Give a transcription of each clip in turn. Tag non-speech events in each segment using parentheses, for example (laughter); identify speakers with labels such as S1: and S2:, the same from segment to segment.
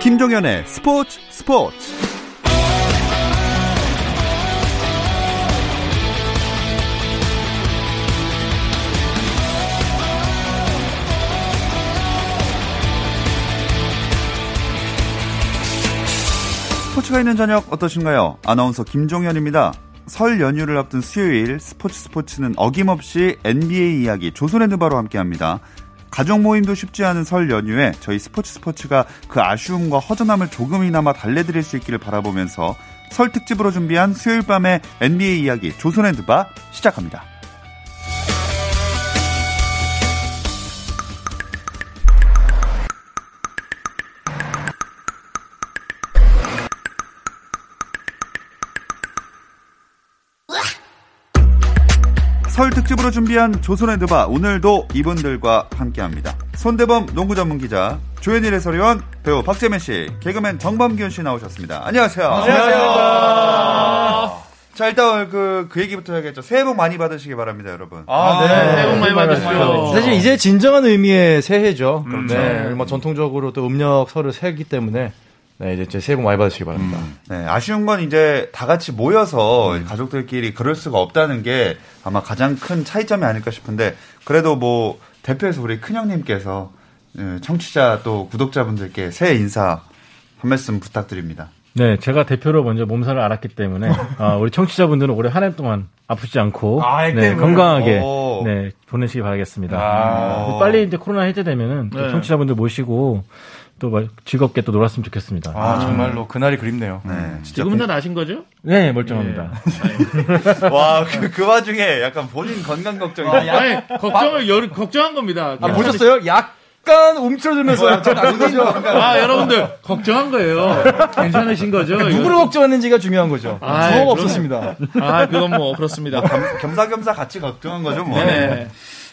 S1: 김종현의 스포츠 스포츠 스포츠가 있는 저녁 어떠신가요? 아나운서 김종현입니다. 설 연휴를 앞둔 수요일 스포츠 스포츠는 어김없이 NBA 이야기 조선의 누바로 함께합니다. 가족 모임도 쉽지 않은 설 연휴에 저희 스포츠 스포츠가 그 아쉬움과 허전함을 조금이나마 달래드릴 수 있기를 바라보면서 설 특집으로 준비한 수요일 밤의 NBA 이야기 조선의 누바 시작합니다. 설 특집으로 준비한 조선의 드바 오늘도 이분들과 함께합니다. 손대범 농구 전문 기자, 조현일 해설위원, 배우 박재민 씨, 개그맨 정범균 씨 나오셨습니다. 안녕하세요. 안녕하세요. 자 일단 그그 얘기부터 해야겠죠. 새해 복 많이 받으시기 바랍니다, 여러분.
S2: 아, 네. 새해 복 많이 받으세요.
S3: 사실 이제 진정한 의미의 새해죠.
S2: 그렇죠.
S3: 네. 뭐 전통적으로 또 음력 설을 새기 때문에 네, 이제 제 새해 복 많이 받으시기 바랍니다.
S2: 음.
S1: 네, 아쉬운 건 이제 다 같이 모여서 가족들끼리 그럴 수가 없다는 게 아마 가장 큰 차이점이 아닐까 싶은데 그래도 뭐 대표에서 우리 큰형님께서 예, 청취자 또 구독자분들께 새해 인사 한 말씀 부탁드립니다.
S4: 네, 제가 대표로 먼저 몸살을 앓았기 때문에 아, 우리 청취자분들은 올해 한 해 동안 아프지 않고
S2: 아, 이
S4: 네,
S2: 때문에.
S4: 건강하게
S1: 오.
S4: 네, 보내시기 바라겠습니다. 음, 그
S2: 아.
S4: 빨리 이제 코로나 해제되면은 또
S2: 네.
S4: 청취자분들 모시고 또 말- 즐겁게 또 놀았으면 좋겠습니다.
S2: 아, 정말로 그날이 그립네요.
S1: 네, 진짜
S5: 지금 다 나신 거죠?
S4: 네, 멀쩡합니다.
S1: 와그 그 와중에 약간 본인 건강 걱정이
S5: 아니 걱정을 열 걱정한 겁니다.
S3: 아, 보셨어요? 약간 움츠러들면서 약간 안
S2: (laughs)
S3: 거죠.
S5: 아 여러분들 걱정한 거예요. 괜찮으신 거죠?
S3: 누구를 걱정했는지가 중요한 거죠.
S5: 아,
S3: 주어가
S5: 그럼요.
S3: 없었습니다.
S2: 네.
S5: 아 그건 뭐 그렇습니다.
S1: 겸사겸사 같이 걱정한 거죠 뭐.
S5: 네.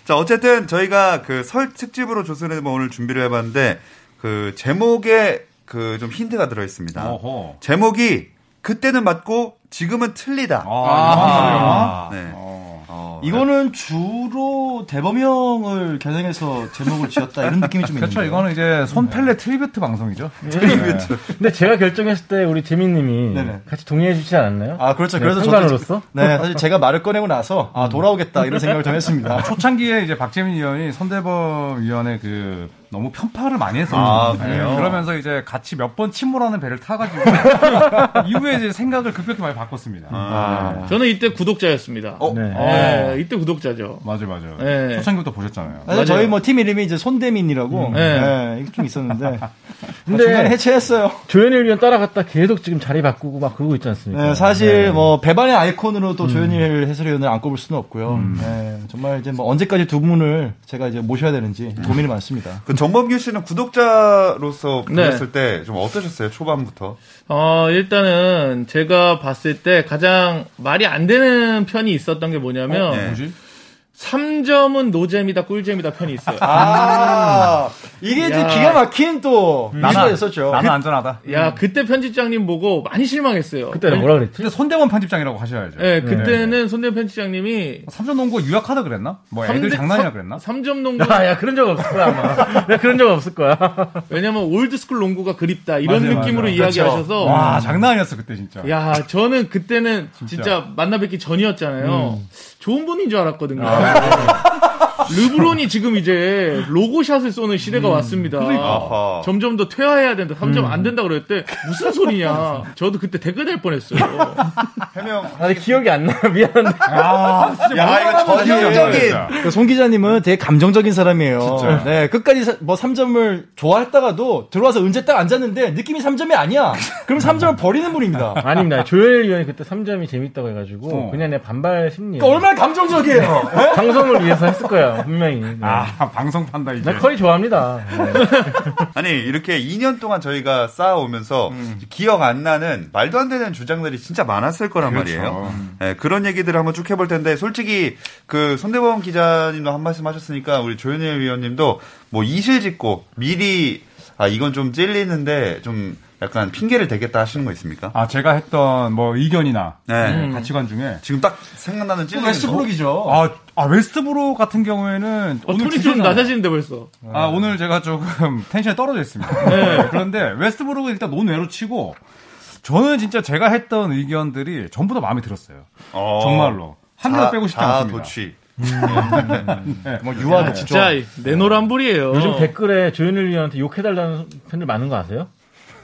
S1: 자, 어쨌든 저희가 그 설 특집으로 조선의 뭐 오늘 준비를 해봤는데 그 제목에 그 좀 힌트가 들어 있습니다.
S2: 어허.
S1: 제목이 그때는 맞고 지금은 틀리다.
S3: 아.
S1: 네.
S2: 어.
S1: 어,
S3: 이거는 주로 대범형을 겨냥해서 제목을 지었다 이런 느낌이 좀 있는데.
S6: 그렇죠. 이거는 이제 손펠레 트리뷰트 방송이죠.
S1: 네.
S4: 근데 제가 결정했을 때 우리 재민님이
S3: 네네.
S4: 같이 동의해 주시지 않았나요?
S3: 아, 그렇죠.
S4: 네,
S3: 그래서
S4: 평가로서?
S3: 네, 사실 제가 말을 꺼내고 나서
S2: 음.
S3: 아, 돌아오겠다 이런 생각을 좀 했습니다.
S6: 초창기에 이제 박재민 위원이 선대범 위원의 그 너무 편파를 많이 했었죠.
S1: 아, 그래요?
S6: 그러면서 이제 같이 몇 번 침몰하는 배를 타가지고 이후에 이제 생각을 급격히 많이 바꿨습니다.
S1: 아.
S2: 아.
S5: 저는 이때 구독자였습니다.
S2: 어?
S4: 네.
S5: 네, 이때 구독자죠.
S6: 맞아요, 맞아요.
S5: 네.
S6: 초창기부터 보셨잖아요.
S3: 사실 저희 뭐 팀 이름이 이제 손대민이라고
S5: 네.
S3: 네, 이게 좀 있었는데
S4: 근데-
S3: 중간에 해체했어요.
S4: 조현일 위원 따라갔다 계속 지금 자리 바꾸고 막 그러고 있지 않습니까?
S3: 네, 사실 뭐 배반의 아이콘으로 또 조현일 해설위원을 안 꼽을 수는 없고요. 네, 정말 이제 뭐 언제까지 두 분을 제가 이제 모셔야 되는지 고민이 많습니다.
S1: 그 정범규 씨는 구독자로서
S5: 네.
S1: 보냈을 때 좀 어떠셨어요? 초반부터.
S5: 어, 일단은 제가 봤을 때 가장 말이 안 되는 편이 있었던 게
S2: 어,
S5: 뭐냐면
S1: 네.
S5: 3점은 노잼이다 꿀잼이다 편이 있어요.
S3: 아 이게 이제
S5: 야.
S3: 기가 막힌 또
S6: 나는 안-
S3: 있었죠.
S6: 나는 안전하다.
S5: 야 그때 편집장님 보고 많이 실망했어요.
S4: 그때는 네. 뭐라 그랬지?
S6: 근데 손대범 편집장이라고 하셔야죠.
S5: 예, 그때는 손대 편집장님이
S6: 삼전 농구 유학하다 그랬나? 뭐 애들
S5: 삼대-
S6: 장난이라 그랬나?
S5: 삼- 삼점 농구
S4: 아, 야, 그런 적 없을 거야, 아마. 내가 그런 적 없을 거야.
S5: 왜냐면 올드스쿨 농구가 그립다 이런
S6: 맞아요,
S5: 느낌으로
S6: 맞아요. 그렇죠.
S5: 이야기하셔서
S6: 와 장난 아니었어 그때 진짜.
S5: 야 저는 그때는 진짜, 만나 뵙기 전이었잖아요
S6: 음.
S5: 좋은 분인 줄 알았거든요
S6: 아, 네.
S5: (laughs) 르브론이 지금 이제 로고샷을 쏘는 시대가
S6: 음.
S5: 왔습니다
S6: 그러니까.
S1: 아하.
S5: 점점 더 퇴화해야 된다 3점 안 된다 그랬대 무슨 소리냐 저도 그때 댓글 될
S6: (laughs)
S5: 뻔했어요
S1: 해명.
S4: 아, 기억이 안 나. 미안한데.
S6: 아 진짜
S1: 야, 이거 전형적인.
S3: 그 손 기자님은 되게 감정적인 사람이에요. 네, 끝까지 사- 뭐 3점을 좋아했다가도 들어와서 언제 딱 앉았는데 느낌이 3점이 아니야. 그럼 3점을 버리는 분입니다.
S4: 아닙니다. 조현일 위원이 그때 3점이 재밌다고 해가지고, 그냥 내 반발 심리.
S3: 그러니까 얼마나 감정적이에요.
S4: 방송을 위해서 했을 거야, 분명히. 네.
S6: 아 (laughs) 방송 판다 이제.
S7: 네.
S4: 나 커리 좋아합니다. 네.
S1: 아니, 이렇게 2년 동안 저희가 쌓아오면서
S8: 음.
S1: 기억 안 나는 말도 안 되는 주장들이 진짜 많았을 거란
S6: 그렇죠.
S1: 말이에요.
S8: 음.
S1: 예, 그런 얘기들을 한번 쭉 해볼 텐데 솔직히 그 손대범 기자님도 한 말씀 하셨으니까 우리 조현일 위원님도 뭐 이실 짓고 미리 아 이건 좀 찔리는데 좀 약간 핑계를 대겠다 하시는 거 있습니까?
S8: 아 제가 했던 뭐 의견이나
S1: 네.
S6: 음.
S8: 가치관 중에
S1: 지금 딱 생각나는 찔리는
S3: 웨스트브룩이죠.
S8: 아, 아 웨스트브로 같은 경우에는
S5: 어,
S8: 오늘
S5: 톤이 좀 네.
S8: 주제는-
S5: 낮아지는데 벌써.
S8: 아 오늘 제가 조금 (laughs) 텐션이 떨어져 있습니다. 네, 그런데 웨스트브룩은 일단 논외로 치고 저는 진짜 제가 했던 의견들이 전부 다 마음에 들었어요.
S1: 거. 어.
S8: 정말로 한 명
S1: 자-
S8: 빼고 싶지
S1: 자
S8: 않습니다.
S1: 도취.
S8: 네.
S9: 뭐 유아 독
S5: 진짜 내노란불이에요.
S7: 어.
S4: 요즘 댓글에 조현일 위원한테 욕해달라는 팬들 많은 거 아세요?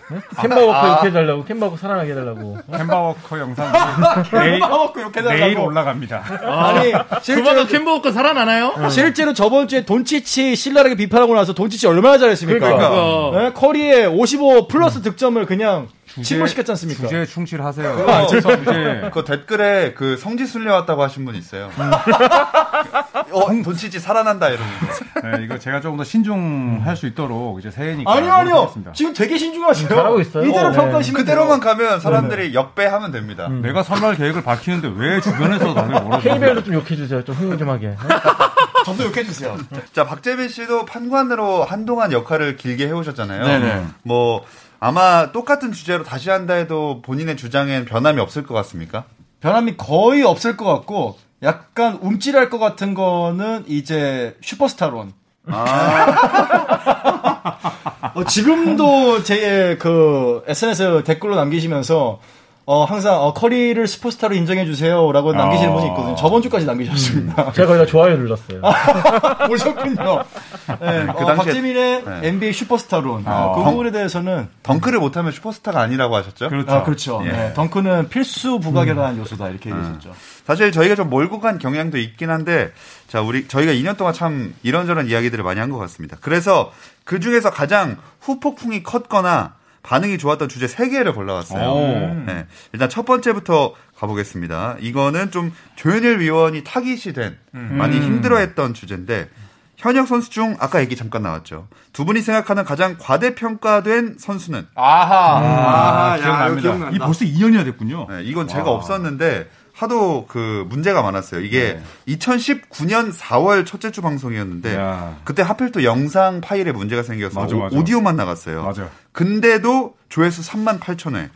S4: 네? 캔버워커
S7: 아.
S4: 욕해달라고, 캔버워커 사랑하게 해달라고.
S8: 햄바워커 영상 내일, 내일
S3: (laughs)
S8: 올라갑니다.
S3: 아니 실제로
S5: 그만큼 캔버워커 살아나나요?
S3: 실제로 저번 주에 돈치치 신랄하게 비판하고 나서 돈치치 얼마나 잘했습니까?
S5: 그러니까.
S3: 네, 커리에 55 플러스 득점을 그냥
S8: 주제-
S3: 침몰시켰지 않습니까?
S8: 주제에 충실하세요.
S3: 아, 죄송합니다.
S8: 이제
S1: 그 댓글에 그 성지 순례왔다고 하신 분 있어요.
S8: 음.
S1: (laughs) 어, 돈치지 살아난다 이러면서.
S8: 네, 이거 제가 조금 더 신중할 수 있도록 이제 새해니까
S3: 아니요 아니요
S8: 노력하겠습니다.
S3: 지금 되게 신중하시네요.
S4: 잘하고 있어요.
S3: 이대로
S4: 어, 네.
S3: 평가하시면
S1: 그대로만
S3: 돼요. 음.
S1: 가면 사람들이 역배하면 됩니다.
S8: 내가 설날 계획을 밝히는데 왜 주변에서 나를 모르는
S4: KBL도 좀 욕해주세요. 좀 흥분 좀 하게. 네?
S3: 저도 욕해 주세요.
S1: 자, 박재민 씨도 판관으로 한동안 역할을 길게 해오셨잖아요.
S8: 네네.
S1: 뭐, 아마 똑같은 주제로 다시 한다 해도 본인의 주장엔 변함이 없을 것 같습니까?
S3: 변함이 거의 없을 것 같고 약간 움찔할 것 같은 거는 이제 슈퍼스타론.
S8: 아.
S3: (laughs) 어, 지금도 제 그 SNS 댓글로 남기시면서 어, 항상 어, 커리를 슈퍼스타로 인정해 주세요라고
S8: 아.
S3: 남기시는 분이 있거든요. 저번 주까지 남기셨습니다.
S4: 제가 거기다 좋아요 눌렀어요.
S8: 음.
S3: (laughs) 오셨군요. 네,
S1: 그
S8: 아,
S3: 어,
S1: 당시에-
S3: 박재민의
S1: 네.
S3: NBA 슈퍼스타론 어, 그
S1: 덩-
S3: 부분에 대해서는
S1: 덩크를 못하면 슈퍼스타가 아니라고 하셨죠?
S8: 그렇죠.
S3: 아, 그렇죠.
S1: 예.
S3: 네, 덩크는 필수 부각이라는
S8: 음.
S3: 요소다 이렇게 얘기했었죠.
S1: 사실 저희가 좀 몰고 간 경향도 있긴 한데, 자, 우리, 저희가 2년 동안 참 이런저런 이야기들을 많이 한 것 같습니다. 그래서 그 중에서 가장 후폭풍이 컸거나 반응이 좋았던 주제 3개를 골라왔어요. 네, 일단 첫 번째부터 가보겠습니다. 이거는 좀 조현일 위원이 타깃이 된, 많이 힘들어 했던 주제인데, 현역 선수 중 아까 얘기 잠깐 나왔죠. 두 분이 생각하는 가장 과대평가된 선수는
S8: 아하,
S10: 아,
S8: 기억납니다.
S10: 야, 이거 기억난다.
S8: 이 벌써 2년이나 됐군요.
S1: 네, 이건 제가 없었는데 하도 그 문제가 많았어요.
S8: 네.
S1: 이게 2019년 4월 첫째 주 방송이었는데
S8: 야.
S1: 그때 하필 또 영상 파일에 문제가 생겨서
S8: 맞아,
S1: 오-
S8: 맞아.
S1: 오디오만 나갔어요.
S8: 맞아.
S1: 근데도 조회수 3만 8천 회,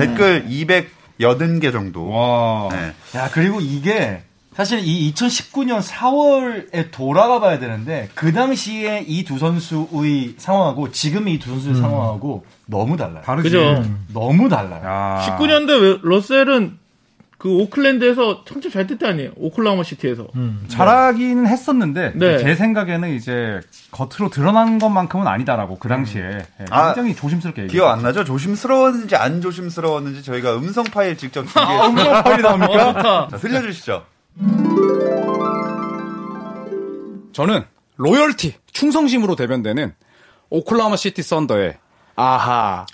S1: 댓글 280개 정도.
S8: 음. 와.
S1: 네.
S3: 야, 그리고 이게 사실 이 2019년 4월에 돌아가 봐야 되는데 그 당시에 이 두 선수의 상황하고 지금의 이 두 선수의
S10: 음.
S3: 상황하고 너무 달라요.
S8: 다르지.
S5: 그죠.
S3: 너무 달라요.
S6: 아.
S8: 야.
S5: 19년대 러셀은 그 오클랜드에서 청첩 잘 때 때 아니에요. 오클라호마 시티에서.
S6: 음.
S8: 음, 잘하긴 했었는데
S5: 네.
S8: 제 생각에는 이제 겉으로 드러난 것만큼은 아니다라고 그 당시에
S6: 음.
S8: 예,
S1: 아,
S8: 굉장히 조심스럽게 얘기.
S1: 기억 안 나죠? 조심스러웠는지 안 조심스러웠는지 저희가 음성 파일
S4: (laughs)
S1: 직접 준비해서
S5: 엄청 빨리 나옵니까?
S1: 자, 들려주시죠.
S6: 저는 로열티 충성심으로 대변되는 오클라호마 시티 썬더의 아하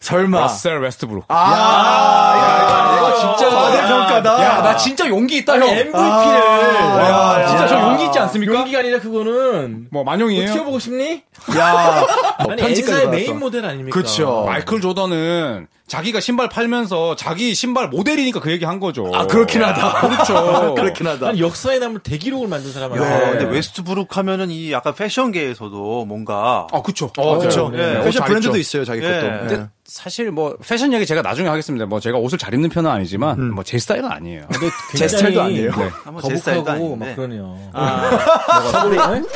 S3: 설마.
S6: 러셀 웨스트브룩.
S3: 아, 야, 이거 진짜 과대평가다.
S6: 야, 나 진짜 용기 있다 아, 형. 아,
S3: 야,
S6: 진짜 저 용기 있지 않습니까?
S7: 용기가 아니라 그거는
S6: 뭐 만용이에요.
S7: 튀어보고 싶니?
S6: 야,
S7: (laughs)
S6: 어,
S7: 아니 엔사의 메인 모델 아닙니까?
S6: 그렇죠. 마이클 조던은 자기가 신발 팔면서 자기 신발 모델이니까 그 얘기 한 거죠. 아 그렇긴 하다. (laughs) 그렇죠. 그렇긴 하다.
S7: 아니 역사에 남을 대기록을 만든 네. 사람
S10: 야,
S7: 아니에요?
S10: 근데 웨스트브룩 하면은 이 약간 패션계에서도 뭔가
S6: 아 그렇죠.
S10: 그쵸. 예, 패션 브랜드도
S6: 있어요 네. 자기
S10: 것도. 예.
S6: 근데 사실 뭐 패션 얘기 제가 나중에 하겠습니다. 뭐 제가 옷을 잘 입는 편은 아니지만 뭐 제 스타일은 아니에요. 네.
S7: 근데 제 스타일도 아니에요.
S10: 한번 뭐 제 스타일도
S7: 거북하고
S10: 아닌데. 아.
S7: 막 그러네요. 네.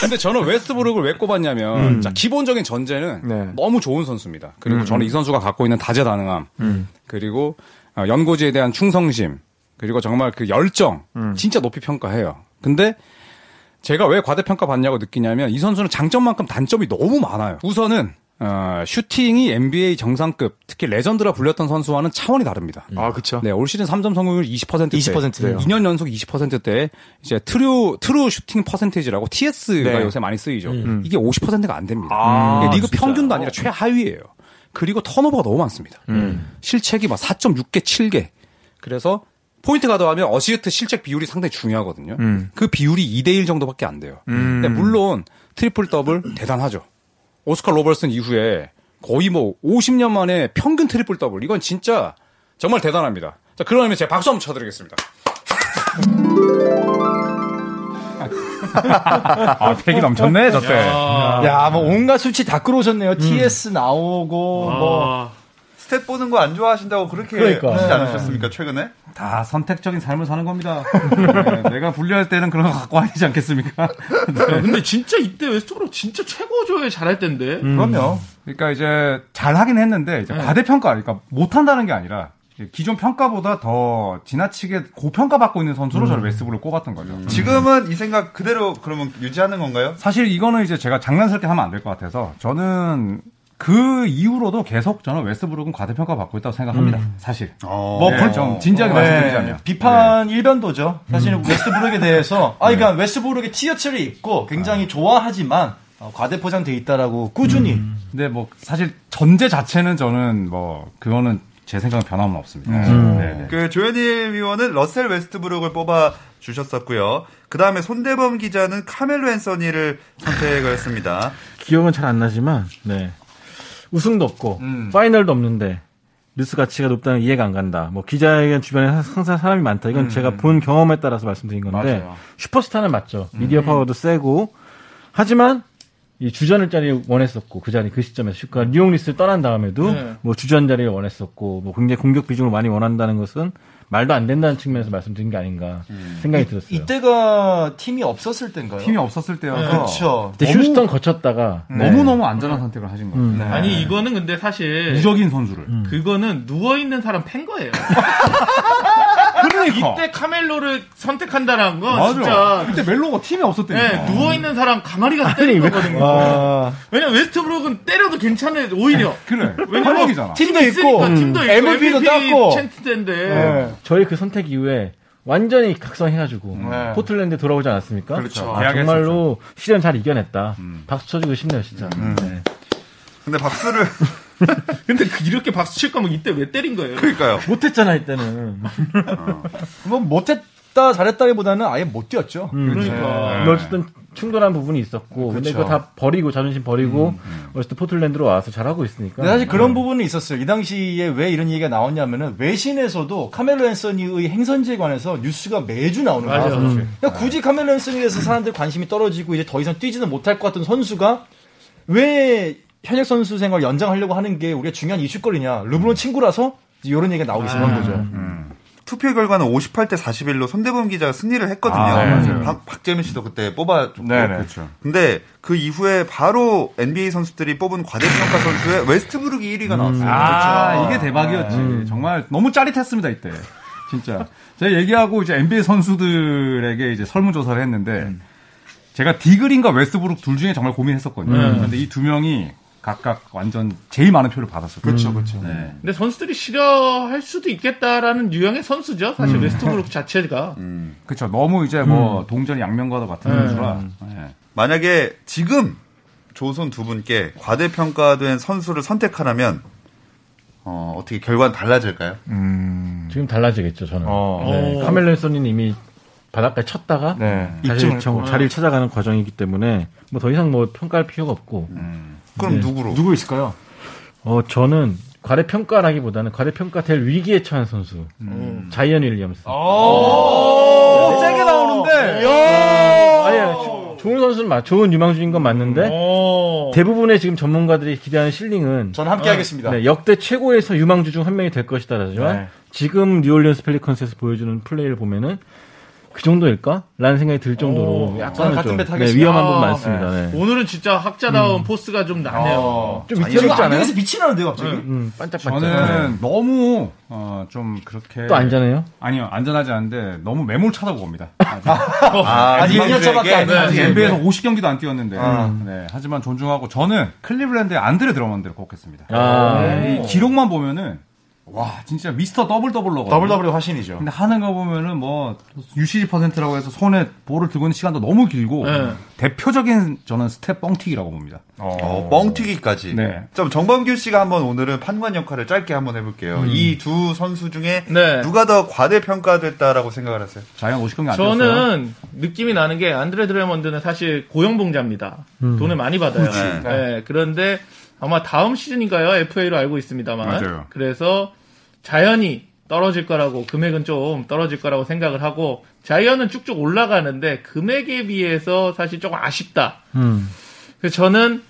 S6: 근데 저는 웨스트브룩을 왜 꼽았냐면 자, 기본적인 전제는 너무 좋은 선수입니다. 그리고 저는 이 선수가 갖고 있는 다재다능함 그리고 어, 연고지에 대한 충성심 그리고 정말 그 열정 진짜 높이 평가해요. 근데 제가 왜 과대평가 받냐고 느끼냐면 이 선수는 장점만큼 단점이 너무 많아요. 우선은 어, 슈팅이 NBA 정상급 특히 레전드라 불렸던 선수와는 차원이 다릅니다.
S10: 아, 그쵸.
S6: 네, 올 시즌 3점 성공률 20%대. 네,
S10: 20%대요.
S6: 2년 연속 20%대. 이제 트루 트루 슈팅 퍼센테이지라고 TS가
S10: 네.
S6: 요새 많이 쓰이죠. 이게 50%가 안 됩니다. 음.
S10: 아,
S6: 이게 리그 평균도 아니라 최하위예요. 그리고 턴오버가 너무 많습니다.
S10: 음.
S6: 실책이 막 4.6개, 7개. 그래서 포인트 가드하면 어시스트 실책 비율이 상당히 중요하거든요.
S10: 음.
S6: 그 비율이 2대1 정도밖에 안 돼요. 근데 물론 트리플 더블 대단하죠. 오스카 로벌슨 이후에 거의 뭐 50년 만에 평균 트리플 더블. 이건 진짜 정말 대단합니다. 자, 그러면 제가 박수 한번 쳐드리겠습니다. 아, 팩이 넘쳤네, 저때.
S3: 야, 뭐 온갖 수치 다 끌어오셨네요.
S10: 음.
S3: TS 나오고 뭐
S5: 아,
S1: 스탯 보는 거 안 좋아하신다고 그렇게
S4: 그러니까.
S1: 하시지 않으셨습니까 최근에?
S6: 다 선택적인 삶을 사는 겁니다. 네, 내가 불리할 때는 그런 거 갖고 와야 되지 않겠습니까?
S5: 야, 근데 진짜 이때 웨스트브룩 진짜 최고조에 잘할 텐데.
S6: 음.
S3: 그럼요.
S6: 그러니까 이제 잘 하긴 했는데 이제 과대평가, 그러니까 못 한다는 게 아니라 이제 기존 평가보다 더 지나치게 고평가 받고 있는 선수로 저를 웨스브를 꼽았던 거죠.
S1: 음. 지금은 이 생각 그대로 그러면 유지하는 건가요?
S6: 사실 이거는 이제 제가 장난스럽게 하면 안 될 것 같아서 저는 그 이후로도 계속 저는 웨스브룩은 과대평가 받고 있다고 생각합니다. 사실.
S1: 어,
S6: 뭐, 그좀
S3: 네.
S6: 진지하게 말씀드리자면.
S3: 어,
S6: 음.
S3: 비판 일변도죠. 사실은 웨스브룩에 대해서 아 그러니까
S6: 네.
S3: 웨스브룩의 티셔츠를 입고 굉장히 좋아하지만 어, 과대포장돼 있다라고 꾸준히
S6: 근데 뭐, 사실 전제 자체는 저는 뭐, 그거는 제 생각은 변함은 없습니다. 네.
S1: 그 조현일 위원은 러셀 웨스트브룩을 뽑아 주셨었고요. 그 다음에 손대범 기자는 카멜로 앤서니를 선택을 했습니다.
S4: 기억은 잘 안 나지만 네. 우승도 없고
S3: 음.
S4: 파이널도 없는데 뉴스 가치가 높다는 게 이해가 안 간다. 뭐 기자회견 주변에 항상 사람이 많다. 이건 제가 본 경험에 따라서 말씀드린 건데 슈퍼스타는 맞죠. 미디어 파워도 세고 하지만 이 주전을 자리 원했었고 그 자리 그 시점에서 그러니 뉴욕 리스를 떠난 다음에도
S5: 네.
S4: 뭐 주전 자리를 원했었고 뭐 굉장히 공격 비중을 많이 원한다는 것은 말도 안 된다는 측면에서 말씀드린 게 아닌가 생각이 들었어요.
S3: 이때가 팀이 없었을 때인가요?
S6: 팀이 없었을 때여서 네.
S3: 그렇죠.
S4: 그때 휴스턴 거쳤다가
S3: 네.
S4: 네.
S6: 너무너무 안전한 선택을 하신 거예요.
S4: 음.
S5: 아니 이거는 근데 사실
S6: 무적인 선수를.
S5: 그거는 누워 있는 사람 팬 거예요.
S6: 그러니까.
S5: 이때 카멜로를 선택한다라는 건
S6: 맞아.
S5: 진짜
S6: 그때 멜로가 팀이 없었대니까.
S5: 네, 누워 있는 사람 가만히 가서 때린 거거든요. 왜냐면 웨스트브룩은 때려도 괜찮은 오히려
S6: 그래.
S5: 왜냐면
S6: 활력이잖아.
S3: 팀도
S5: 있으니까
S3: 있고
S5: 팀도 있고
S3: MVP도 땄고
S5: 챔스인데
S3: 네.
S4: 저희 그 선택 이후에 완전히 각성해가지고
S3: 네.
S4: 포틀랜드 돌아오지 않았습니까?
S6: 그렇죠.
S4: 아,
S6: 계약했었죠. 음.
S4: 정말로 시련 잘 이겨냈다. 박수 쳐주고 싶네요, 진짜. 네.
S1: 근데 박수를 (laughs)
S5: 근데 그- 이렇게 박수 칠 거면 이때 왜 때린 거예요?
S1: 그러니까요.
S4: 못했잖아 이때는.
S6: 네.
S3: 뭐 못했다 잘했다기보다는 아예 못 뛰었죠.
S6: 음.
S5: 그러니까
S4: 근데 (laughs) 어쨌든 충돌한 부분이 있었고, 근데
S6: 그렇죠.
S4: 그거 다 버리고 자존심 버리고
S6: 음.
S4: 어쨌든 포틀랜드로 와서 잘하고 있으니까.
S3: 근데 사실 그런 부분은 있었어요. 이 당시에 왜 이런 얘기가 나왔냐면은 외신에서도 카멜로 앤서니의 행선지에 관해서 뉴스가 매주 나오는 거예요. 그러니까 굳이 카멜로 앤서니에 대해서 사람들 관심이 떨어지고 이제 더 이상 뛰지는 못할 것 같은 선수가 왜 현역 선수 생활 연장하려고 하는 게 우리가 중요한 이슈거리냐. 르브론 친구라서 이제 이런 얘기가 나오기 시작한 거죠.
S1: 투표 결과는 58대 41로 손대범 기자가 승리를 했거든요.
S6: 아, 네, 맞아요.
S1: 박, 박재민 씨도 그때 뽑아줬고.
S6: 네, 네. 그렇죠.
S1: 근데 그 이후에 바로 NBA 선수들이 뽑은 과대평가 선수에 웨스트브룩이 1위가 나왔어요.
S6: 음. 아, 이게 대박이었지. 정말 너무 짜릿했습니다, 이때. 진짜. 제가 얘기하고 이제 NBA 선수들에게 이제 설문조사를 했는데, 제가 디그린과 웨스브룩 둘 중에 정말 고민했었거든요. 근데 이 두 명이 각각 완전 제일 많은 표를 받았어요. 그렇죠, 그렇죠. 네.
S5: 근데 선수들이 싫어할 수도 있겠다라는 유형의 선수죠. 사실 웨스트브룩 자체가
S6: 그렇죠. 너무 이제
S3: 음.
S6: 뭐 동전 양면과도 같은 선수라. 네.
S1: 만약에 지금 조선 두 분께 과대평가된 선수를 선택하라면 어, 어떻게 결과는 달라질까요?
S3: 음.
S4: 네.
S6: 예.
S4: 지금 달라지겠죠 저는. 네.
S6: 어,
S5: 오.
S4: 카멜론 소니는 이미 바닥까지 쳤다가
S6: 네.
S4: 자리를, 정- 자리를 찾아가는 과정이기 때문에 뭐 더 이상 뭐 평가할 필요가 없고
S1: 그럼
S4: 네.
S1: 누구로?
S3: 누구 있을까요?
S4: 어, 저는 과대평가라기보다는 과대평가될 위기에 처한 선수.
S3: 음.
S4: 자이언 윌리엄스.
S3: 아.
S6: 세게 나오는데!
S3: 네.
S4: 아예 좋은 선수는 맞, 좋은 유망주인
S3: 음.
S4: 건 맞는데 대부분의 지금 전문가들이 기대하는 실링은
S3: 어. 저는 네. 함께 하겠습니다.
S4: 네, 역대 최고에서 유망주 중 한 명이 될 것이다라지만 지금 뉴올리언스 펠리컨스에서 보여주는 플레이를 보면은 그 정도일까? 라는 생각이 들 정도로
S3: 저는
S4: 약간은
S3: 같은
S4: 좀
S3: 배
S4: 네,
S3: 타겠습니다. 아,
S4: 위험한 부분 많습니다. 네.
S5: 아, 오늘은 진짜 학자다운 포스가 좀 나네요.
S3: 어.
S4: 좀
S3: 아니, 지금
S4: 위태롭지 않아요?
S3: 안경에서 빛이 나는데요, 갑자기?
S4: 음, 반짝반짝.
S6: 네. 저는 너무, 어, 좀 그렇게.
S3: 네.
S4: 또 안전해요?
S6: 아니요, 안전하지 않은데 너무 매몰차다고 봅니다.
S1: 아,
S3: 아직
S1: 이번
S3: 2년차밖에 안
S1: 주에게?
S3: 돼.
S6: 아직 NBA에서 50경기도 안 뛰었는데. 네, 하지만 존중하고 저는 클리블랜드의 안드레 드러먼드를 꼽겠습니다.
S4: 아,
S3: 네.
S6: 이 기록만 보면은 와 진짜 미스터 더블 더블러거든요.
S3: 더블 더블의 화신이죠.
S6: 근데 하는 거 보면은 뭐 UCG퍼센트라고 해서 손에 볼을 들고 있는 시간도 너무 길고
S5: 네.
S6: 대표적인 저는 스텝 뻥튀기라고 봅니다.
S1: 어, 뻥튀기까지.
S6: 네.
S1: 좀 정범규 씨가 한번 오늘은 판관 역할을 짧게 한번 해볼게요. 이 두 선수 중에
S5: 네.
S1: 누가 더 과대평가됐다라고 생각을 하세요?
S6: 자연 50경기 안 뛰었어요.
S5: 저는 느낌이 나는 게 안드레 드레먼드는 사실 고용봉자입니다. 돈을 많이 받아요.
S6: 네.
S1: 그렇지.
S5: 예, 그런데 아마 다음 시즌인가요? FA로 알고 있습니다만.
S6: 맞아요.
S5: 그래서 자연이 떨어질 거라고 금액은 좀 떨어질 거라고 생각을 하고 자이언은 쭉쭉 올라가는데 금액에 비해서 사실 조금 아쉽다.
S4: 음.
S5: 그래서 저는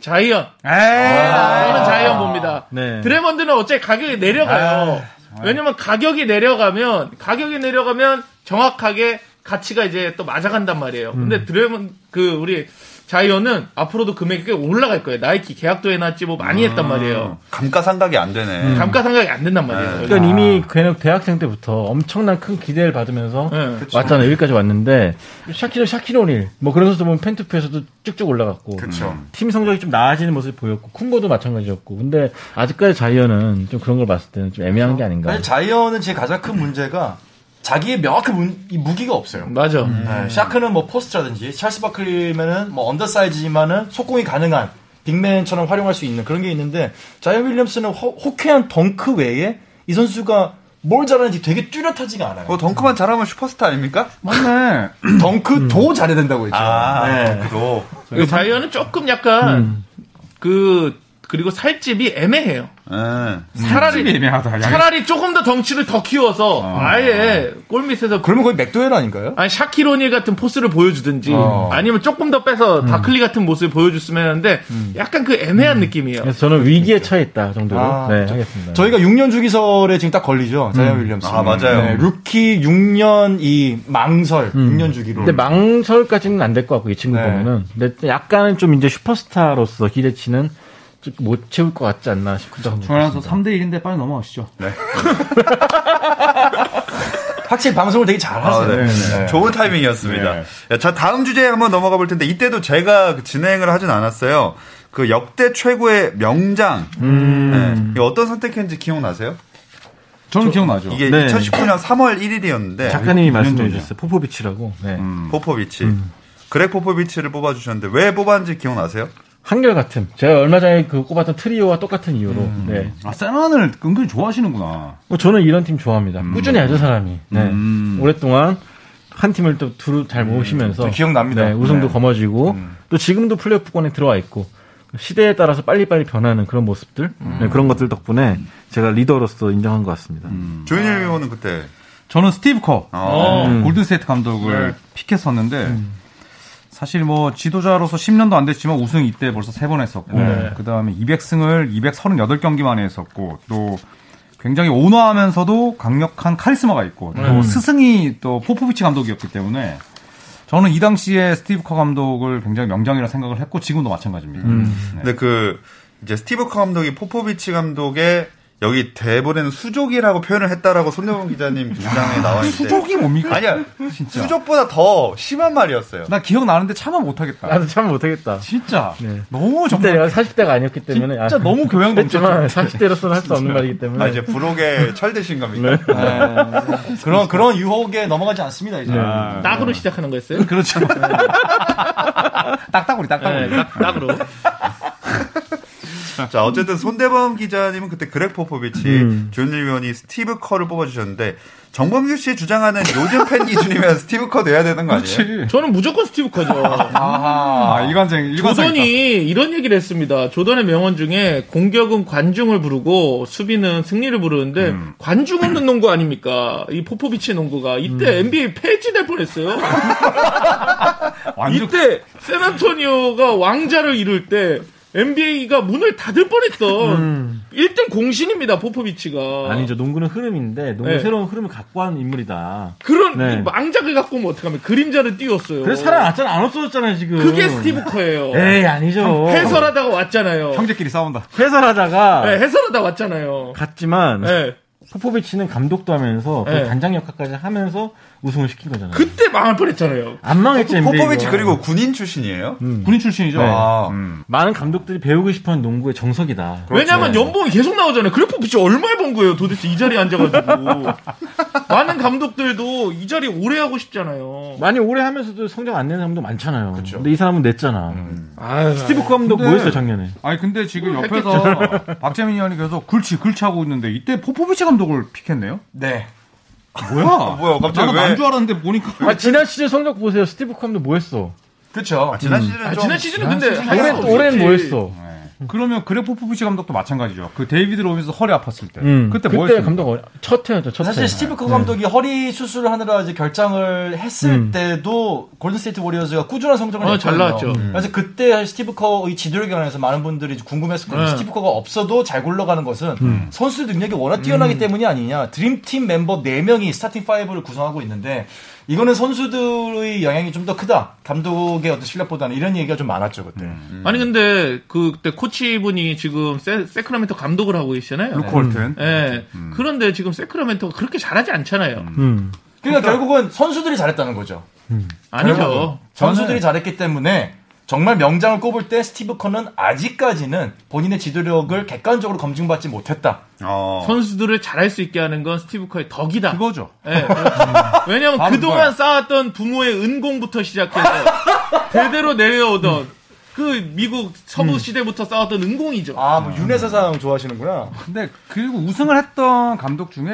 S5: 자이언
S4: 아.
S5: 저는
S3: 아,
S5: 자이언 봅니다.
S4: 네.
S5: 드래먼드는 어차피 가격이 내려가요. 왜냐면 가격이 내려가면 가격이 내려가면 정확하게 가치가 이제 또 맞아간단 말이에요. 근데 드래먼 그 우리 자이언은 앞으로도 금액이 꽤 올라갈 거예요. 나이키 계약도 해놨지 뭐 많이 했단 말이에요.
S1: 감가상각이 안 되네.
S5: 음. 감가상각이 안 된단 말이에요.
S4: 그러니까 이미 걔는 대학생 때부터 엄청난 큰 기대를 받으면서
S5: 네.
S4: 왔잖아요. 여기까지 왔는데 그렇죠. 샤키로 샤키로닐 뭐 그런 선수 보면 펜투표에서도 쭉쭉 올라갔고 음. 팀 성적이 좀 나아지는 모습이 보였고 쿤고도 마찬가지였고 근데 아직까지 자이언은 좀 그런 걸 봤을 때는 좀 애매한 게 아닌가.
S3: 사실 자이언은 제 가장 큰 문제가 자기의 명확한 문- 이 무기가 없어요.
S5: 맞아.
S3: 네, 샤크는 뭐 포스트라든지 찰스 바클리면은 뭐 언더사이즈지만은 속공이 가능한 빅맨처럼 활용할 수 있는 그런 게 있는데 자이언 윌리엄스는 허- 호쾌한 덩크 외에 이 선수가 뭘 잘하는지 되게 뚜렷하지가 않아요.
S1: 어, 덩크만 잘하면 슈퍼스타 아닙니까?
S6: 맞네.
S3: 그
S4: 음.
S3: 덩크도 잘해야 된다고 했죠. 네.
S1: 아, 그도
S5: 그 자이언은 조금 약간 그 그리고 살집이 애매해요.
S1: 예.
S6: 집이
S5: 차라리
S6: 애매하다. 야,
S5: 차라리 조금 더 덩치를 더 키워서 아예 골 밑에서
S3: 그러면 거의 맥도웰 아닌가요?
S5: 아니 샤키로니 같은 포스를 보여주든지
S4: 어.
S5: 아니면 조금 더
S4: 음.
S5: 빼서 다클리 같은 모습을 보여줬으면 하는데 약간 그 애매한 느낌이에요.
S4: 그래서 저는 위기에 처해 있다 정도로
S3: 아,
S4: 네, 하겠습니다.
S3: 저희가 6년 주기설에 지금 딱 걸리죠. 자이언
S4: 음.
S3: 윌리엄스.
S1: 아, 맞아요.
S3: 루키 6년 이 망설 6년 주기로.
S4: 음. 근데 망설까지는 안 될 것 같고 이 친구
S3: 네.
S4: 보면은 근데 약간은 좀 이제 슈퍼스타로서 기대치는 좀못 채울 것 같지 않나 싶기도 하고.
S6: 중간에서 3대 1인데 빨리 넘어가시죠.
S1: 네.
S3: (laughs) 확실히 방송을 되게 잘하세요.
S1: 아, 네. 좋은 타이밍이었습니다. 예, 자, 다음 주제에 한번 넘어가 볼 텐데, 이때도 제가 그 진행을 하진 않았어요. 그 역대 최고의 명장. 예, 이거 어떤 선택했는지 기억나세요?
S6: 저는 기억나죠.
S1: 이게
S4: 네.
S1: 2019년 3월 1일이었는데, 음.
S4: 작가님이
S6: 몇
S4: 말씀해
S6: 년도냐?
S4: 주셨어요. 포포비치라고. 네.
S1: 포포비치.
S6: 음.
S1: 그렉 포포비치를 뽑아주셨는데, 왜 뽑았는지 기억나세요?
S4: 한결 같은. 제가 얼마 전에 그 꼽았던 트리오와 똑같은 이유로. 네.
S6: 아, 세란을 은근히 좋아하시는구나.
S4: 뭐 저는 이런 팀 좋아합니다. 꾸준히 하죠 사람이. 네.
S6: 음.
S4: 오랫동안 한 팀을 또 두루 잘 모으시면서
S3: 기억납니다.
S4: 음. 네, 음. 우승도 거머쥐고 또 지금도 플레이오프권에 들어와 있고 시대에 따라서 빨리빨리 변하는 그런 모습들 네, 그런 것들 덕분에 제가 리더로서 인정한 것 같습니다.
S1: 조인일 의원은 그때.
S6: 저는 스티브 커
S1: 어.
S4: 음.
S6: 골든스테이트
S1: 네.
S6: 감독을 픽했었는데 사실 뭐 지도자로서 10년도 안 됐지만 우승 이때 벌써 세 번 했었고
S4: 네.
S6: 그 다음에 200승을 238경기 만에 했었고 또 굉장히 온화하면서도 강력한 카리스마가 있고 또
S4: 음.
S6: 스승이 또 포포비치 감독이었기 때문에 저는 이 당시에 스티브 커 감독을 굉장히 명장이라 생각을 했고 지금도 마찬가지입니다.
S4: 음.
S6: 네.
S1: 근데 그, 이제 스티브 커 감독이 포포비치 감독의 여기 대본에는 수족이라고 표현을 했다라고 손대범
S6: (laughs)
S1: 기자님 주장에 나와 있는데.
S6: 수족이 뭡니까?
S1: 아니야.
S6: 진짜.
S1: 수족보다 더 심한 말이었어요.
S6: 나 기억나는데 참아 못하겠다.
S4: 나도 참 못하겠다.
S6: 진짜
S4: 네.
S6: 너무
S4: 그때
S6: 정말
S4: 내가 40대가 아니었기 때문에
S6: 진짜 너무 교양
S4: 했지만 40대로서는 할 수 없는 말이기 때문에
S1: 아, 이제
S6: 네.
S1: 부록에 철드신 겁니까?
S3: 그런 그런 유혹에 넘어가지 않습니다
S5: 네.
S3: 이제. 아,
S4: 아.
S5: 딱으로 시작하는 거였어요.
S6: 그렇죠. 딱따구리
S5: 네,
S6: 딱따구리.
S5: 딱, 딱으로.
S1: 자, 어쨌든 손대범 기자님은 그때 그렉 포포비치,
S6: 음.
S1: 조현일 위원이 스티브 커를 뽑아주셨는데, 정범규 씨 주장하는 요즘 팬 기준이면 (laughs) 스티브 커 돼야 되는 거 아니에요?
S4: 음.
S5: 저는 무조건 스티브
S4: (laughs)
S5: 커죠.
S6: 아하. 일관쟁 일관쟁.
S5: 조던이 이런 얘기를 했습니다. 조던의 명언 중에 공격은 관중을 부르고 수비는 승리를 부르는데
S4: 음.
S5: 관중 없는 농구 아닙니까? 이 포포비치 농구가 이때
S4: 음.
S5: NBA 폐지될
S4: (laughs)
S5: 뻔했어요.
S6: 완전
S5: 이때 세나토니오가 왕자를 이룰 때 NBA가 문을 닫을 뻔했던 1등 공신입니다. 포포비치가
S4: 음. 아니죠 농구는 흐름인데 농구
S5: 네.
S4: 새로운 흐름을 갖고 한 인물이다.
S5: 그런
S4: 네.
S5: 이 망작을 갖고 오면 어떡하면 그림자를 띄웠어요.
S4: 그래서 살아났잖아 안 없어졌잖아요 지금. 음.
S5: 그게 스티브 커예요.
S4: 에이 아니죠.
S5: 해설하다가 왔잖아요.
S6: 형제끼리 싸운다.
S1: 그
S4: 해설하다가
S5: 네, 해설하다 왔잖아요.
S4: 갔지만
S5: 네.
S4: 포포비치는 감독도 하면서 그
S5: 네.
S4: 단장 역할까지 하면서 우승을 시킨 거잖아요.
S5: 그때 망할 뻔했잖아요.
S4: 안 망했지 NBA 가.
S1: 포포비치 그리고 군인 출신이에요?
S6: 군인 출신이죠.
S4: 네.
S1: 아,
S4: 많은 감독들이 배우고 싶어하는 농구의 정석이다.
S5: 왜냐면 연봉이 계속 나오잖아요. 그래프 빛이 얼마에 번 거예요, 도대체 이 자리에 앉아가지고. 많은 감독들도 이 자리에 오래 하고 싶잖아요.
S4: 많이 오래 하면서도 성적 안 내는 사람도 많잖아요. 근데 이 사람은 냈잖아. 스티브 커 감독 뭐
S6: 음. 근데-
S4: 했어 작년에?
S6: 아니 근데 지금 옆에서 박재민 의원이 계속 굴치 굴치 하고 있는데 이때 포포비치 감독을 픽했네요.
S3: 네.
S6: 뭐야?
S1: 뭐야, 갑자기
S6: 나도 난
S1: 왜?
S6: 줄 알았는데 보니까
S4: 아 지난 시즌 성적 보세요. 스티브 커 감독 뭐 했어?
S3: 그렇죠.
S1: 지난 시즌은
S6: 음.
S5: 아,
S1: 좀.
S5: 지난 시즌은 근데
S4: 올해
S5: 할 수가
S4: 올해는 뭐
S5: 없었지.
S4: 했어?
S6: 아, 네. 그러면 그레포포비치 감독도 마찬가지죠. 그 데이비드 로빈스 허리 아팠을 때.
S4: 음.
S6: 그때 뭐 했어요?
S4: 감독 어려- 첫 해였죠.
S5: 아,
S4: 첫
S5: 네.
S3: 사실
S4: 해.
S3: 스티브 커 감독이 허리 수술을 하느라 이제 결장을 했을
S4: 음.
S3: 때도 골든스테이트 워리어즈가 꾸준한 성적을
S5: 어,
S3: 냈거든요. 음.
S5: 잘 나왔죠.
S3: 그래서 그때 스티브 커의 지도력에 관해서 많은 분들이 이제 궁금했을 거예요.
S5: 네. 음.
S3: 스티브 커가 없어도 잘 굴러가는 것은 선수 능력이 워낙 뛰어나기 때문이 아니냐. 드림팀 멤버 4명이 스타팅 5를 구성하고 있는데 이거는 선수들의 영향이 좀 더 크다. 감독의 어떤 실력보다는 이런 얘기가 좀 많았죠, 그때.
S5: 아니 근데 그때 코치분이 지금 세, 세크라멘토 감독을 하고 계시잖아요.
S6: 루크 월튼.
S5: 예. 그런데 지금 세크라멘토가 그렇게 잘하지 않잖아요.
S4: 음.
S3: 그러니까 결국은 선수들이 잘했다는 거죠.
S5: 아니죠.
S3: 선수들이 잘했기 때문에 정말 명장을 꼽을 때 스티브 커는 아직까지는 본인의 지도력을 객관적으로 검증받지 못했다.
S1: 어.
S5: 선수들을 잘할 수 있게 하는 건 스티브 커의 덕이다.
S6: 그거죠.
S1: 음.
S5: 예. 왜냐면 그동안 쌓았던 부모의
S1: (laughs)
S5: 은공부터 시작해서 대대로
S1: 음.
S5: 내려오던 그 미국 서부 시대부터 쌓았던 은공이죠.
S3: 아, 뭐 윤회사상 좋아하시는구나.
S6: 근데 그리고 우승을 했던 감독 중에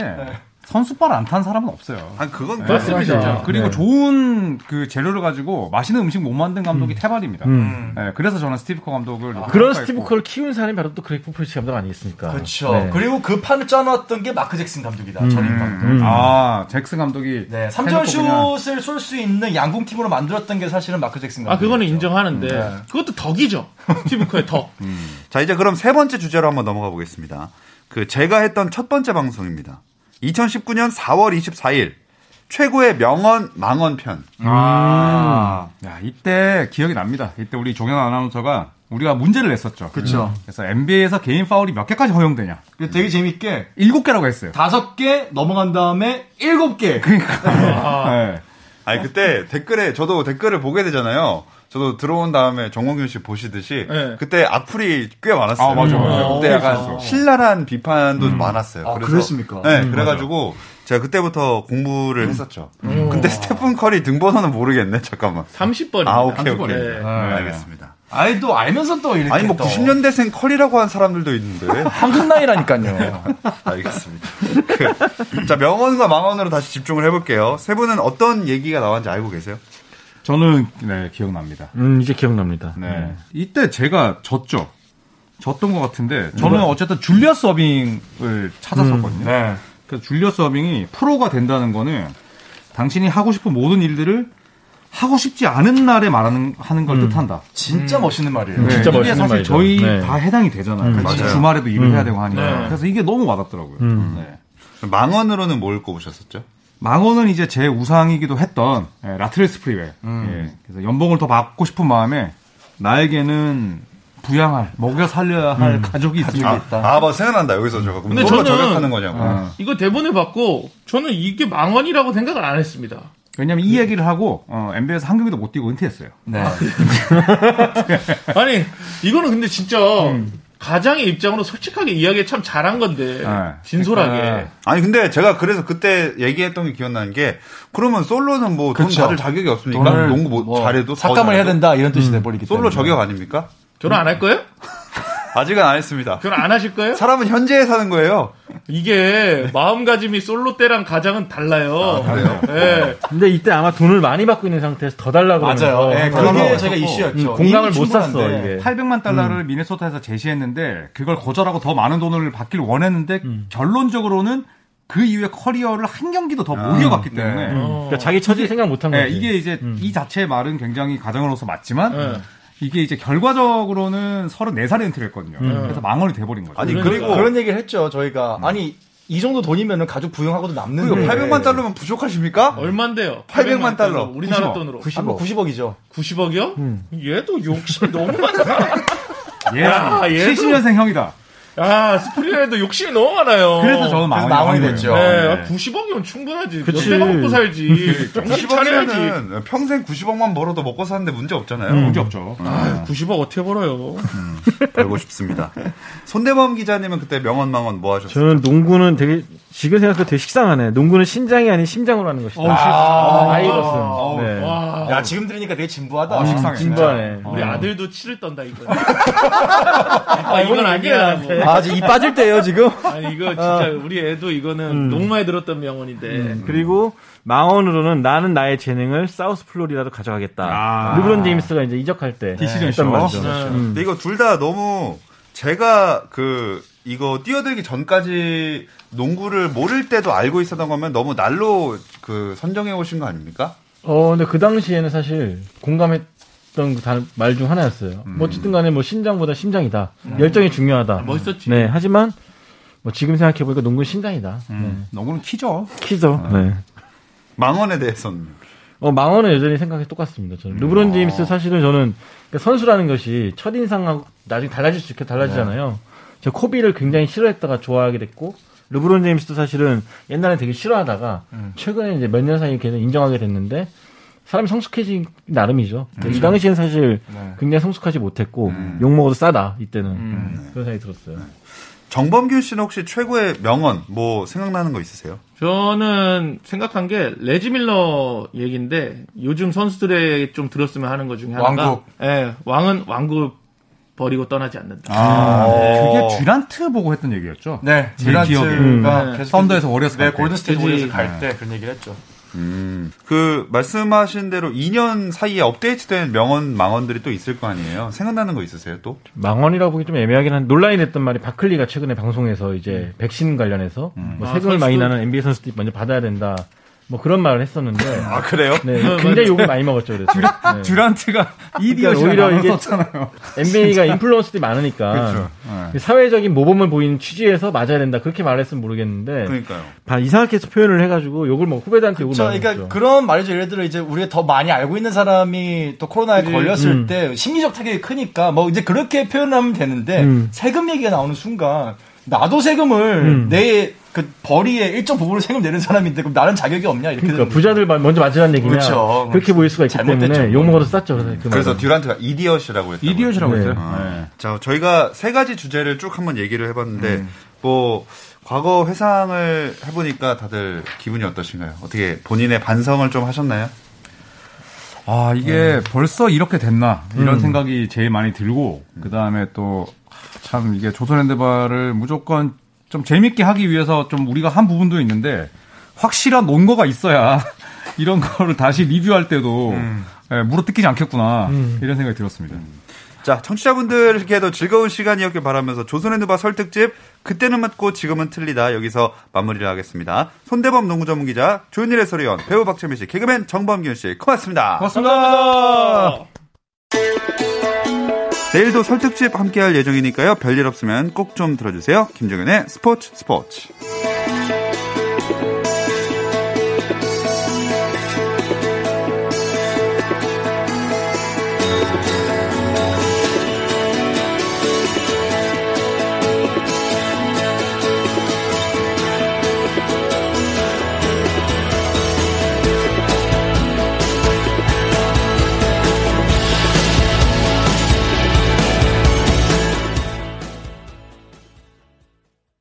S6: 선수발 안 탄 사람은 없어요.
S1: 아, 그건
S5: 맞습니다.
S6: 그리고 좋은 그 재료를 가지고 맛있는 음식 못 만든 감독이 태발입니다. 네, 그래서 저는 스티브 커 감독을
S4: 그런 스티브 커를 키운 사람이 바로 또 그레이크 포프리치 감독 아니겠습니까?
S3: 그렇죠.
S4: 네.
S3: 그리고 그 판을 짜놨던 게 마크 잭슨 감독이다. 전임 감독.
S6: 아 잭슨 감독이
S3: 네, 3점
S6: 해놓고
S3: 슛을 쏠 수 있는 양궁팀으로 만들었던 게 사실은 마크 잭슨 감독.
S5: 아 그거는
S1: 음,
S5: 인정하는데
S1: 네.
S5: 그것도 덕이죠. 스티브 커의 덕.
S1: 자, 이제 그럼 세 번째 주제로 한번 넘어가 보겠습니다. 그 제가 했던 첫 번째 방송입니다. 2019년 4월 24일 최고의 명언 망언 편.
S6: 아, 야, 이때 기억이 납니다. 이때 우리 종현 아나운서가 우리가 문제를 냈었죠. 그렇죠. 그래서 NBA에서 개인 파울이 몇 개까지 허용되냐?
S3: 음. 그리고 되게 재밌게
S6: 일곱 개라고 했어요.
S3: 다섯 개 넘어간 다음에 일곱 개.
S6: 네.
S3: 어.
S1: 아니 그때 댓글에 저도 댓글을 보게 되잖아요. 저도 들어온 다음에 정홍균 씨 보시듯이
S5: 네.
S1: 그때 악플이 꽤 많았어요. 네,
S6: 아, 맞아, 맞아.
S1: 그때 약간 신랄한 비판도 많았어요.
S3: 아, 그랬습니까?
S1: 네, 그래가지고 제가 그때부터 공부를 했었죠.
S3: 음. 어.
S1: 근데 스테픈 커리 등번호는 모르겠네. 잠깐만.
S5: 30번입니다.
S1: 아, 오케이, 오케이.
S5: 네.
S1: 네, 알겠습니다.
S3: 아니 또 알면서 또 이렇게
S1: 아니 뭐
S3: 또.
S1: 90년대생 커리라고 한 사람들도 있는데. (laughs)
S3: 황금 나이라니까요.
S1: 알겠습니다. 그, 자 명언과 망언으로 다시 집중을 해볼게요. 세 분은 어떤 얘기가 나왔는지 알고 계세요?
S6: 저는 네, 기억납니다.
S4: 음, 이제 기억납니다.
S6: 네. 이때 제가 졌죠. 졌던 것 같은데 저는 어쨌든 줄리어스 어빙을 찾았었거든요. 그래서 줄리어스 어빙이 프로가 된다는 거는 당신이 하고 싶은 (laughs) 뭐 모든 일들을 하고 싶지 않은 날에 말하는 하는 걸 뜻한다.
S3: 진짜 멋있는 말이에요.
S6: 네,
S4: 진짜
S6: 이게
S4: 멋있는
S6: 사실
S4: 말이죠.
S6: 저희
S4: 네. 음.
S6: 다 해당이 되잖아요. 같이
S1: 맞아요.
S6: 주말에도 일을 해야 되고 하니까. 그래서 이게 너무 와닿더라고요. 네.
S1: 망언으로는 뭘 꼽으셨었죠?
S6: 망원은 이제 제 우상이기도 했던 예, 라트레스 프리웨. 예, 그래서 연봉을 더 받고 싶은 마음에 나에게는 부양할, 먹여 살려야 할
S4: 음.
S6: 가족이 있습니다.
S1: 아, 뭐 생각난다. 여기서 저거. 근데
S5: 근데
S1: 저는
S5: 저는-
S1: 저격하는 거냐고.
S6: 아.
S5: 이거 대본을 받고 저는 이게 망언이라고 생각을 안 했습니다.
S6: 왜냐면 이 얘기를 하고 어, NBA에서 한 경기도 못 뛰고 은퇴했어요.
S5: 아니 이거는 근데 진짜
S1: 음.
S5: 가장의 입장으로 솔직하게 이야기 참 잘한 건데
S6: 네.
S5: 진솔하게
S6: 그러니까
S1: 아니 근데 제가 그래서 그때 얘기했던 게 기억나는 게 그러면 솔로는 뭐 돈
S3: 그쵸.
S1: 받을 자격이 없으니까
S3: 돈을
S1: 농구 못
S6: 뭐
S1: 잘해도 더
S3: 삭감을 해야
S1: 잘해도
S3: 된다 이런 뜻이 돼버리기
S1: 솔로
S6: 네.
S3: 때문에.
S1: 저격 아닙니까?
S5: 결혼 안 할 거예요?
S1: 아직은 안 했습니다.
S5: 결혼 안 하실 거예요?
S1: 사람은 현재에 사는 거예요.
S5: 이게 마음가짐이 솔로 때랑 가장은 달라요.
S1: 그래요?
S5: 예.
S4: 근데 이때 아마 돈을 많이 받고 있는 상태에서 더 달라고
S3: 맞아요.
S4: 음.
S6: 음.
S4: 네, 그러면서 음,
S3: 예, 그게 제가 이슈였죠.
S4: 공감을
S3: 이미
S4: 못
S3: 충분한데.
S4: 샀어 이게.
S6: 800만 달러를
S4: 음.
S6: 미네소타에서 제시했는데 그걸 거절하고 더 많은 돈을 받길 원했는데
S4: 음.
S6: 결론적으로는 그 이후에 커리어를 한 경기도 더
S4: 아.
S6: 못 이어갔기 때문에
S4: 그러니까 자기 처지 생각 못한
S6: 네,
S4: 거지.
S6: 이게 이제 이 자체의 말은 굉장히 가정으로서 맞지만
S5: 네.
S6: 이게 이제 결과적으로는 34살에 은퇴를 했거든요. 그래서 망언이 돼버린 거죠.
S1: 아니
S5: 그러니까.
S1: 그리고
S3: 그런 얘기를 했죠 저희가. 아니 이 정도 돈이면은 가족 부양하고도 남는.
S1: 그리고
S3: 네.
S1: 800만 달러면 부족하십니까?
S5: 얼만데요?
S1: 800만 어. 달러.
S5: 우리나라
S6: 90억.
S5: 돈으로
S3: 90억. 90억이죠.
S5: 90억이요? 얘도 욕심 너무 많아.
S6: 예,
S5: 야, 얘도-
S6: 70년생 형이다.
S5: 아 스프리어에도 욕심이 너무 많아요.
S6: 그래서 저는 망언이,
S3: 망언이
S6: 된
S3: 됐죠.
S5: 네,
S6: 거예요.
S5: 아, 90억이면 충분하지. 몇 대가 먹고 살지. 정신 차려야지.
S1: 90억이면은 평생 90억만 벌어도 먹고 사는데 음. 문제 없잖아요.
S6: 문제 없죠.
S5: 90억 어떻게 벌어요?
S1: 알고 싶습니다. (laughs) 손대범 기자님은 그때 명언망언 뭐 하셨어요?
S4: 저는 농구는 되게 지금 생각해도 되게 식상하네. 농구는 신장이 아닌 심장으로 하는 것이다. 아이러슨. 네.
S5: 와,
S3: 야 지금 들으니까 되게 진부하다.
S4: 진부하네.
S5: 우리 아들도 치를 떤다 이거. 아 이건 아니야. 뭐.
S3: 아, 지금 이 빠질 때예요 지금.
S5: 아 이거 진짜 우리 애도 이거는 너무 많이 들었던 명언인데.
S4: 음. 그리고 망언으로는 나는 나의 재능을 사우스 플로리다로 아. 가져가겠다. 르브론 제임스가 이제 이적할 때
S6: 디시전
S4: 했던
S6: 쇼.
S1: 그렇죠.
S4: 말이죠.
S5: 네.
S1: 근데 이거 둘 다 너무 제가 그 이거 뛰어들기 전까지 농구를 모를 때도 알고 있었던 거면 너무 날로 그 선정해 오신 거 아닙니까?
S4: 어, 근데 그 당시에는 사실 공감했던 그 말 중 하나였어요. 뭐 어쨌든 간에 뭐 신장보다 심장이다. 열정이 중요하다.
S5: 음. 아, 멋있었지.
S4: 네, 하지만 뭐 지금 생각해보니까 농구는 신장이다.
S5: 음.
S6: 농구는 키죠.
S4: 키죠. 네.
S1: 망언에 대해서는
S4: 어, 망원은 여전히 생각이 똑같습니다. 저는 르브론 제임스 사실은 저는 그러니까 선수라는 것이 첫인상하고 나중에 달라질 수 있게 달라지잖아요. 저 코비를 굉장히 싫어했다가 좋아하게 됐고 르브론 제임스도 사실은 옛날에 되게 싫어하다가 최근에 이제 몇 년 사이에 걔는 인정하게 됐는데 사람이 성숙해진 나름이죠. 그러니까 이 당시엔 사실 굉장히 성숙하지 못했고 욕 먹어도 싸다 이때는 그런 생각이 들었어요.
S1: 정범균 씨는 혹시 최고의 명언 뭐 생각나는 거 있으세요?
S5: 저는 생각한 게 레지 밀러 얘기인데 요즘 선수들의 좀 들었으면 하는 것 중에 하나가
S6: 왕국.
S5: 예, 왕은 왕국 버리고 떠나지 않는다.
S6: 아,
S1: 네.
S6: 그게 듀란트 보고 했던 얘기였죠.
S2: 네,
S6: 제
S3: 음.
S6: 기억에.
S2: 계속
S6: 썬더에서 워리어스
S2: 네,
S6: 갈 때.
S2: 골든스테이트
S5: 그지.
S2: 오리어스 갈 때 그런 얘기를 했죠.
S1: 그 말씀하신 대로 2년 사이에 업데이트된 명언 망언들이 또 있을 거 아니에요. 생각나는 거 있으세요? 또?
S4: 망언이라고 보기 좀 애매하긴 한 논란이 됐던 말이 바클리가 최근에 방송에서 이제 백신 관련해서 뭐
S5: 아,
S4: 세금을 많이
S5: 선수들.
S4: 나는 NBA 선수들이 먼저 받아야 된다 뭐 그런 말을 했었는데
S1: 아 그래요?
S4: 네,
S5: 어,
S4: 굉장히 욕을 많이 먹었죠 그래서 네. 그러니까
S6: 듀란트가
S3: 그러니까
S6: 이디어시가
S4: 오히려
S6: 나눠서
S4: 이게
S6: 썼잖아요.
S4: NBA가 인플루언스들이 많으니까 그 사회적인 모범을 보이는 취지에서 맞아야 된다 그렇게 말했으면 모르겠는데
S1: 그러니까요.
S4: 다 이상하게 표현을 해가지고 욕을 먹 후배들한테 욕을
S3: 저,
S4: 많이
S3: 그러니까
S4: 먹었죠.
S3: 그런 말이죠. 예를 들어 이제 우리가 더 많이 알고 있는 사람이 또 코로나에 걸렸을
S4: 음.
S3: 때 심리적 타격이 크니까 뭐 이제 그렇게 표현하면 되는데
S4: 음.
S3: 세금 얘기가 나오는 순간 나도 세금을 내 그 벌이의 일정 부분을 세금 내는 사람인데 그럼 나는 자격이 없냐 이렇게
S4: 그러니까
S3: 되는 거죠.
S4: 부자들 말 먼저 맞으라는 얘기냐
S3: 그렇죠.
S4: 그렇게 보일 수가 있기
S3: 잘못됐죠,
S4: 때문에 욕 먹어도 쌌죠 그래서, 그
S1: 그래서
S4: 말은.
S1: 듀란트가 이디엇이라고 했다고.
S6: 네. 이디어시라고
S4: 네.
S6: 했어요.
S1: 아, 자, 저희가 세 가지 주제를 쭉 한번 얘기를 해봤는데,
S6: 음.
S1: 뭐, 과거 회상을 해보니까 다들 기분이 어떠신가요? 어떻게 본인의 반성을 좀 하셨나요?
S6: 아 이게 벌써 이렇게 됐나 이런 생각이 제일 많이 들고 그 다음에 또 참 이게 조선핸드바를 무조건 좀 재밌게 하기 위해서 좀 우리가 한 부분도 있는데 확실한 논거가 있어야 (laughs) 이런 거를 다시 리뷰할 때도 예, 물어뜯기지 않겠구나 이런 생각이 들었습니다.
S1: 자, 청취자분들께도 즐거운 시간이었길 바라면서 조선의 누바 설득집, 그때는 맞고 지금은 틀리다. 여기서 마무리를 하겠습니다. 손대범 농구 전문 기자, 조현일의 소리원, 배우 박채민 씨, 개그맨 정범균 씨, 고맙습니다. 내일도 설득집 함께할 예정이니까요. 별일 없으면 꼭 좀 들어주세요. 김종현의 스포츠 스포츠.